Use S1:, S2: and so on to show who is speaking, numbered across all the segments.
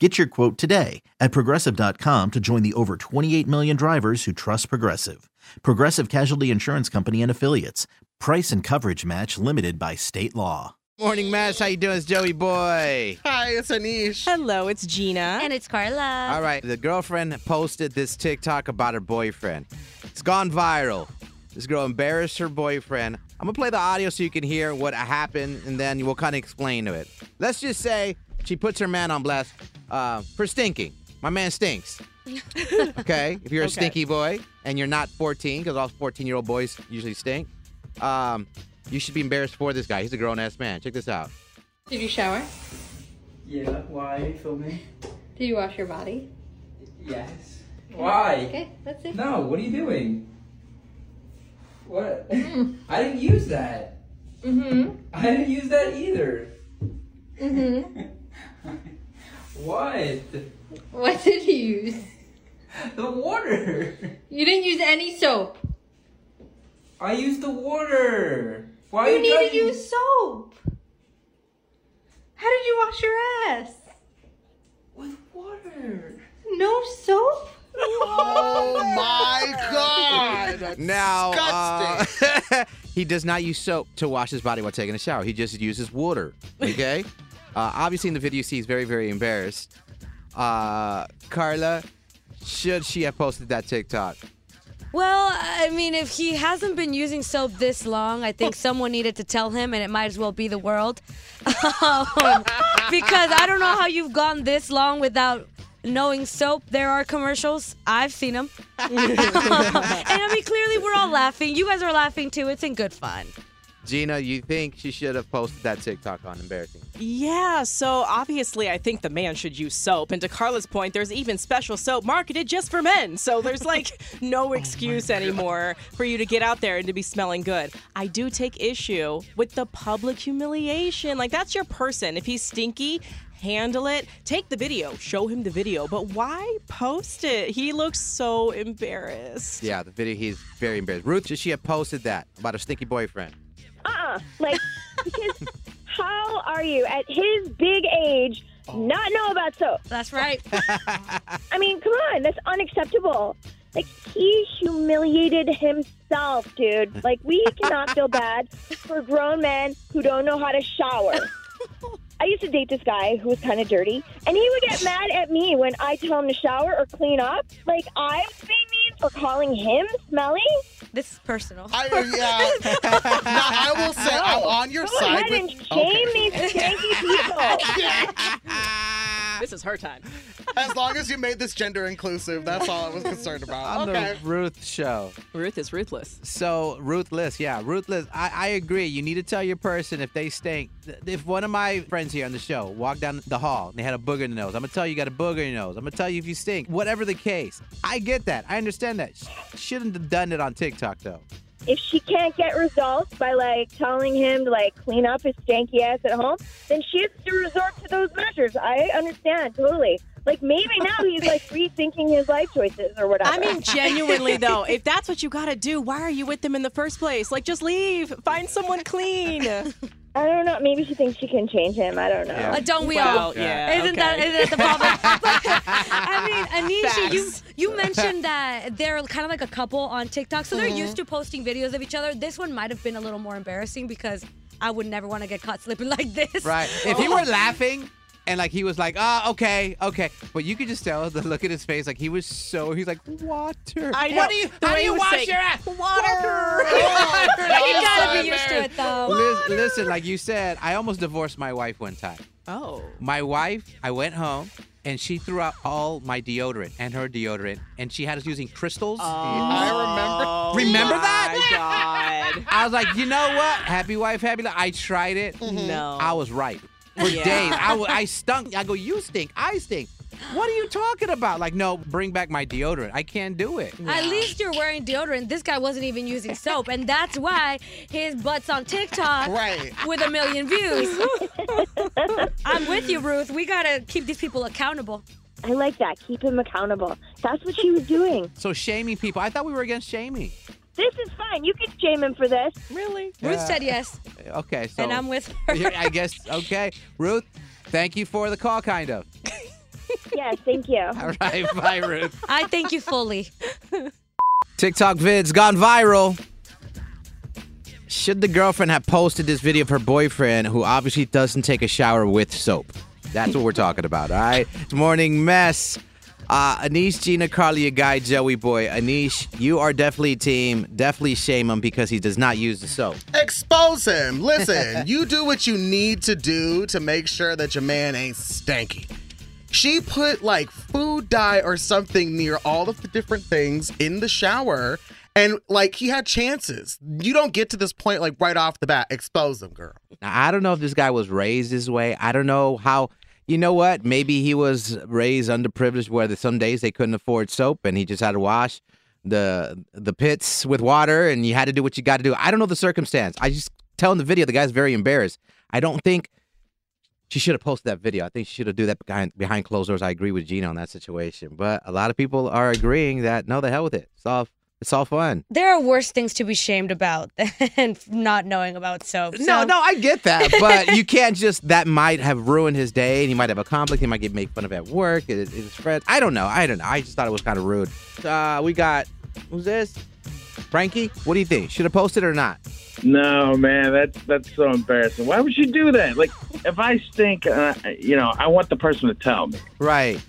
S1: Get your quote today at progressive.com to join the over 28 million drivers who trust Progressive. Progressive Casualty Insurance Company and affiliates. Price and coverage match limited by state law.
S2: Morning, Mash. How you doing? It's Joey Boy.
S3: Hi, it's Anish.
S4: Hello, it's Gina.
S5: And it's Carla.
S2: All right, the girlfriend posted this TikTok about her boyfriend. It's gone viral. This girl embarrassed her boyfriend. I'm gonna play the audio so you can hear what happened, and then we'll kind of explain to it. Let's just say she puts her man on blast uh, for stinking. My man stinks. okay, if you're a
S4: Okay.
S2: stinky boy and you're not 14, because all 14 year old boys usually stink, um, you should be embarrassed for this guy. He's a grown ass man. Check this out.
S6: Did you shower?
S7: Yeah, why are you filming?
S6: Did you wash your body?
S7: Yes. Why?
S6: Okay, that's it.
S7: No, what are you doing? What? I didn't use that.
S6: Mm-hmm.
S7: I didn't use that either. Mm-hmm. what?
S6: What did you use?
S7: The water!
S6: You didn't use any soap.
S7: I used the water! Why
S6: You
S7: are
S6: need to
S7: judging-
S6: use soap. How did you wash your ass?
S7: With water!
S6: No soap?
S2: Oh
S3: my God.
S2: Now, uh, he does not use soap to wash his body while taking a shower. He just uses water. Okay. uh, obviously, in the video, you see he's very, very embarrassed. Uh, Carla, should she have posted that TikTok?
S5: Well, I mean, if he hasn't been using soap this long, I think someone needed to tell him, and it might as well be the world. Um, because I don't know how you've gone this long without knowing soap. There are commercials, I've seen them. and I mean, clearly, we're all laughing. You guys are laughing too. It's in good fun.
S2: Gina, you think she should have posted that TikTok on embarrassing?
S4: Yeah, so obviously, I think the man should use soap. And to Carla's point, there's even special soap marketed just for men. So there's like
S2: Oh
S4: no excuse anymore for you to get out there and to be smelling good. I do take issue with the public humiliation. Like, that's your person. If he's stinky, handle it. Take the video, show him the video. But why post it? He looks so embarrassed.
S2: Yeah, the video, he's very embarrassed. Ruth, should she have posted that about her stinky boyfriend?
S8: uh-uh. Like, because how are you at his big age not know about soap?
S5: That's right.
S8: I mean, come on, that's unacceptable. Like, he humiliated himself, dude. Like, we cannot feel bad for grown men who don't know how to shower. I used to date this guy who was kind of dirty, and he would get mad at me when I tell him to shower or clean up. Like, I was being mean for calling him smelly.
S5: This is personal.
S3: I, yeah. no, I will say I'm on your
S8: Go
S3: side
S8: ahead
S3: with
S8: and shame these stinky people.
S4: This is her time.
S3: as long as you made this gender inclusive. That's all I was concerned about.
S2: On
S3: Okay.
S2: the Ruth show.
S4: Ruth is ruthless.
S2: So ruthless, yeah, ruthless. I, I agree. You need to tell your person if they stink. Th- If one of my friends here on the show walked down the hall and they had a booger in the nose, I'm gonna tell you, you got a booger in your nose. I'm gonna tell you if you stink. Whatever the case, I get that. I understand that. Sh- Shouldn't have done it on TikTok though.
S8: if she can't get results by like telling him to like clean up his stanky ass at home, then she has to resort to those measures. I understand totally. Like maybe now he's like rethinking his life choices or whatever.
S4: I mean, genuinely though, if that's what you gotta do, why are you with them in the first place? Like, just leave. Find someone clean.
S8: I don't know. Maybe she thinks she can change him. I don't know.
S4: Uh,
S2: Yeah.
S5: But don't we all?
S4: Wow, yeah.
S5: Isn't
S4: okay.
S5: that isn't that the problem? I mean, Anisha,
S4: Facts.
S5: you you mentioned that they're kind of like a couple on TikTok, so they're used to posting videos of each other. This one might have been a little more embarrassing because I would never want to get caught slipping like this.
S2: Right? If he were laughing, and like he was like, ah, okay, okay. But you could just tell the look at his face, like he was so he's like, water.
S4: I know.
S2: What do you
S4: The
S2: how do
S4: way he
S2: you
S4: was
S2: wash
S4: saying,
S2: your ass?
S4: "Water."
S2: Like,
S5: you
S2: I'm
S5: gotta
S2: so
S5: be used to it
S2: embarrassed.
S5: though.
S2: Lis- Listen, like you said, I almost divorced my wife one time.
S4: Oh.
S2: My wife, I went home and she threw out all my deodorant and her deodorant, and she had us using crystals.
S3: I
S4: Oh,
S2: Remember
S4: my God.
S2: I was like, you know what? Happy wife, happy life. I tried it.
S4: Mm-hmm. No.
S2: I was right. For
S4: Yeah.
S2: days. I, w- I stunk. I go, you stink. I stink. What are you talking about? Like, no, bring back my deodorant. I can't do it.
S5: At least you're wearing deodorant. This guy wasn't even using soap, and that's why his butt's on TikTok
S3: Right.
S5: with a million views. I'm with you, Ruth. We gotta keep these people accountable.
S8: I like that. Keep him accountable. That's what she was doing.
S2: So shaming people. I thought we were against shaming.
S8: This is fine. You can shame him for this.
S4: Really?
S5: Ruth said yes,
S2: Okay, so
S5: and I'm with her.
S2: Yeah, I guess okay. Ruth, thank you for the call kind of.
S8: Yes, thank you.
S2: All right, bye Ruth.
S5: I thank you fully.
S2: TikTok vids gone viral. Should the girlfriend have posted this video of her boyfriend who obviously doesn't take a shower with soap? That's what we're talking about, all right? It's morning mess. Uh, Anish, Gina, Carly, your guy, Joey Boy. Anish, you are definitely team. Definitely shame him because he does not use the soap.
S3: Expose him. Listen, you do what you need to do to make sure that your man ain't stanky. She put like food dye or something near all of the different things in the shower. And like he had chances. You don't get to this point like right off the bat. Expose him, girl.
S2: Now, I don't know if this guy was raised this way. I don't know how. You know what? Maybe he was raised underprivileged, where the- some days they couldn't afford soap, and he just had to wash the the pits with water, and you had to do what you got to do. I don't know the circumstance. I just tell in the video the guy's very embarrassed. I don't think she should have posted that video. I think she should have do that behind behind closed doors. I agree with Gina on that situation, but a lot of people are agreeing that no, the hell with it. It's all it's all fun.
S5: There are worse things to be shamed about than not knowing about soap.
S2: No,
S5: so-
S2: no, I get that, but you can't just. That might have ruined his day, and he might have a conflict. He might get made fun of at work. His, his friends. I don't know. I don't know. I just thought it was kind of rude. Uh, we got who's this? Frankie. What do you think? Should have posted or not?
S9: No, man, that's that's so embarrassing. Why would you do that? Like, if I stink, uh, you know, I want the person to tell me.
S2: Right.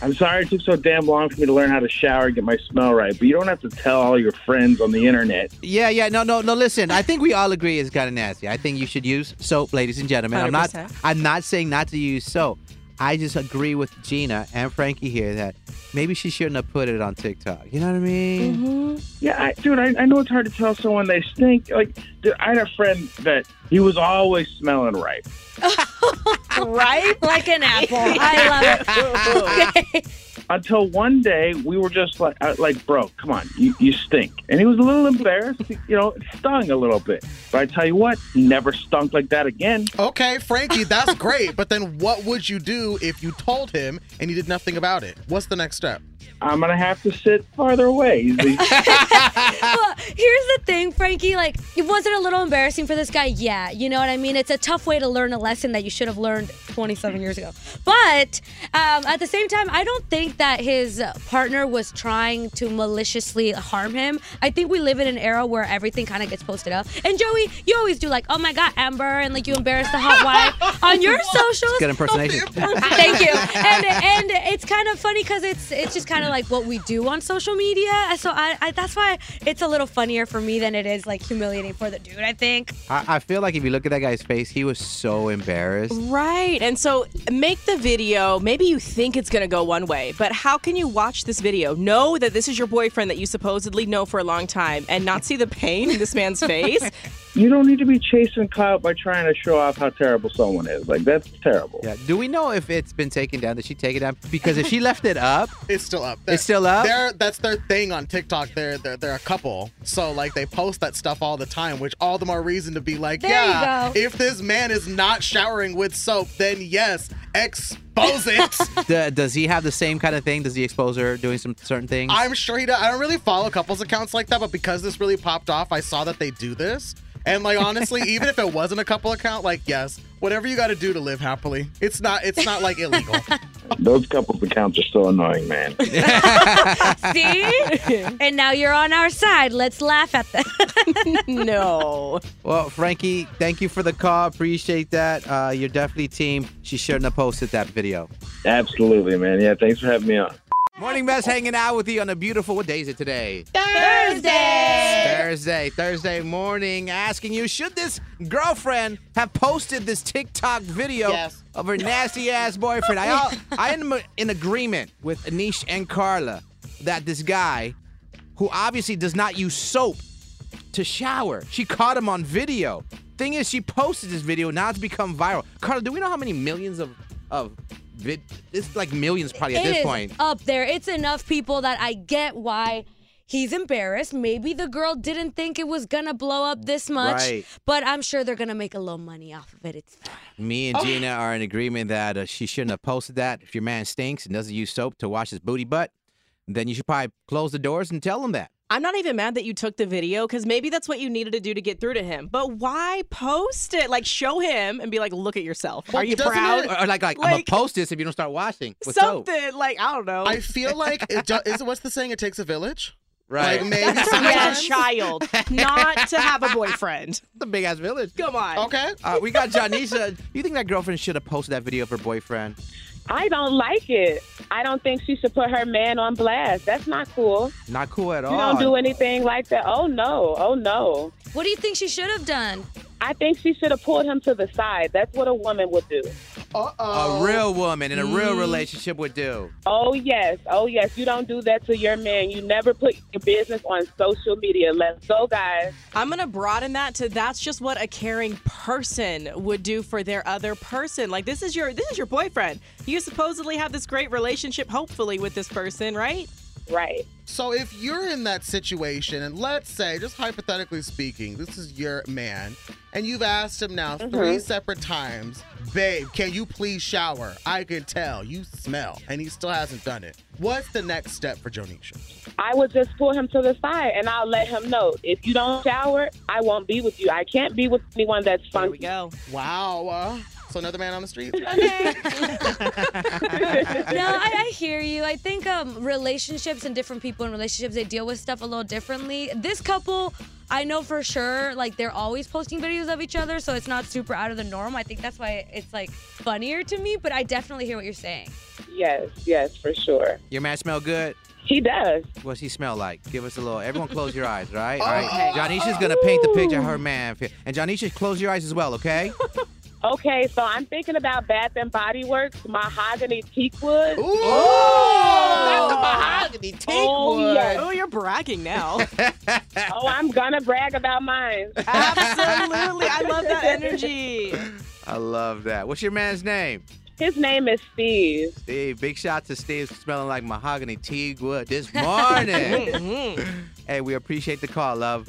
S9: I'm sorry it took so damn long for me to learn how to shower and get my smell right, but you don't have to tell all your friends on the internet.
S2: Yeah, yeah. No, no, no. Listen, I think we all agree it's kind of nasty. I think you should use soap, ladies and gentlemen. i am not.
S4: 100%.
S2: I'm not saying not to use soap. I just agree with Gina and Frankie here that maybe she shouldn't have put it on TikTok. You know what I mean?
S9: Mm-hmm. Yeah, I, dude, I, I know it's hard to tell someone they stink. Like, dude, I had a friend that he was always smelling right.
S5: right? Like an apple. I love it. Okay.
S9: until one day we were just like, uh, like, bro, come on, you, you stink. And he was a little embarrassed, you know, it stung a little bit. But I tell you what, he never stunk like that again.
S3: Okay, Frankie, that's great. But then what would you do if you told him and he did nothing about it? What's the next step?
S9: I'm gonna have to sit farther away. He's like,
S5: Well, here's the thing, Frankie. Like, it wasn't a little embarrassing for this guy. Yeah, you know what I mean. It's a tough way to learn a lesson that you should have learned 27 years ago. But um, at the same time, I don't think that his partner was trying to maliciously harm him. I think we live in an era where everything kind of gets posted up. And Joey, you always do like, oh my god, Amber, and like you embarrass the hot wife on your socials.
S2: Good impersonation.
S5: Thank you. And and it's kind of funny because it's it's just kind of like what we do on social media. So I, I that's why it's a little funnier for me than it is like humiliating for the dude. I think.
S2: I, I feel like if you look at that guy's face, he was so embarrassed.
S4: Right. And so make the video. Maybe you think it's going to go one way, but how can you watch this video? Know that this is your boyfriend that you supposedly know for a long time and not see the pain in this man's face?
S9: you don't need to be chasing clout by trying to show off how terrible someone is. Like that's terrible.
S2: Yeah. Do we know if it's been taken down? Did she take it down? Because if she left it up,
S3: It's still up.
S2: It's still up?
S3: They're, that's their thing on TikTok. They're, they're they're a couple, so like they post that stuff all the time, which all the more reason to be like,
S5: There you
S3: yeah.
S5: go.
S3: If this man is not showering with soap, then yes, expose it.
S2: d- does he have the same kind of thing? Does he expose her doing some certain things?
S3: I'm sure he does. I don't really follow couples accounts like that, but because this really popped off, I saw that they do this. And like honestly, even if it wasn't a couple account, like yes, whatever you got to do to live happily, it's not it's not like illegal.
S9: Those couples accounts are so annoying, man.
S5: See? and now you're on our side. Let's laugh at them.
S4: no.
S2: Well, Frankie, thank you for the call. Appreciate that. Uh, you're definitely team. She shouldn't have posted that video.
S9: Absolutely, man. Yeah, thanks for having me on.
S2: Morning Mess hanging out with you on a beautiful, what day is it today?
S4: Thursday.
S2: Thursday, Thursday morning, asking you, should this girlfriend have posted this TikTok video
S3: Yes.
S2: of her nasty ass boyfriend? I, all, I am in agreement with Anish and Carla that this guy, who obviously does not use soap to shower, she caught him on video. Thing is, she posted this video, now it's become viral. Carla, do we know how many millions of, of vid? It's like millions probably at
S5: It
S2: this
S5: is
S2: point.
S5: up there. It's enough people that I get why he's embarrassed. Maybe the girl didn't think it was gonna blow up this much,
S2: Right.
S5: but I'm sure they're gonna make a little money off of it. It's fine.
S2: Me and Gina are in agreement that uh, she shouldn't have posted that. If your man stinks and doesn't use soap to wash his booty butt, then you should probably close the doors and tell him that.
S4: I'm not even mad that you took the video because maybe that's what you needed to do to get through to him. But why post it? Like, show him and be like, look at yourself.
S3: Well,
S4: Are you
S3: doesn't
S4: proud?
S3: it-
S2: Or, or like, like, I'm gonna
S4: Like-
S2: post this if you don't start washing with soap.
S4: Something like I don't know.
S3: I feel like it do- is what's the saying? It takes a village.
S2: Right,
S3: Like maybe
S4: yeah,
S3: sometimes.
S4: child, not to have a boyfriend.
S2: the big ass village.
S4: Come on.
S3: Okay.
S2: Uh, we got Janisha. you think that girlfriend should have posted that video of her boyfriend?
S8: I don't like it. I don't think she should put her man on blast. That's not cool.
S2: Not cool at all.
S8: You don't do anything like that. Oh no. Oh no.
S5: What do you think she should have done?
S8: I think she should have pulled him to the side. That's what a woman would do.
S3: Uh-oh.
S4: Oh.
S2: a real woman in a real relationship would do.
S8: Oh yes, oh yes. You don't do that to your man. You never put your business on social media. Let's go, guys.
S4: I'm gonna broaden that to that's just what a caring person would do for their other person. Like this is your this is your boyfriend. You supposedly have this great relationship, hopefully, with this person, right?
S8: Right.
S3: So if you're in that situation, and let's say, just hypothetically speaking, this is your man, and you've asked him now three separate times, babe, can you please shower? I can tell you smell, and he still hasn't done it. What's the next step for Jonisha?
S8: I would just pull him to the side and I'll let him know. If you don't shower, I won't be with you. I can't be with anyone that's
S4: There we
S8: funky.
S4: go.
S3: Wow. uh, so another man on the street?
S5: No, I, I hear you. I think um, relationships and different people in relationships they deal with stuff a little differently. This couple, I know for sure, like they're always posting videos of each other, so it's not super out of the norm. I think that's why it's like funnier to me. But I definitely hear what you're saying.
S8: Yes, yes, for sure.
S2: Your man smell good.
S8: He does.
S2: What's he smell like? Give us a little. Everyone, close your eyes, right?
S3: Oh,
S2: All right.
S3: okay.
S2: Janisha's gonna paint the picture of her man, and Janisha, close your eyes as well, okay?
S8: Okay, so I'm thinking about Bath and Body Works, mahogany teakwood.
S3: Ooh!
S8: Oh, yes.
S4: Oh, you're bragging now.
S8: oh, I'm gonna brag about mine.
S4: Absolutely. I love that energy.
S2: I love that. What's your man's name?
S8: His name is Steve.
S2: Steve. Big shout to Steve smelling like mahogany tea wood this morning.
S4: Mhm.
S2: hey, we appreciate the call, love.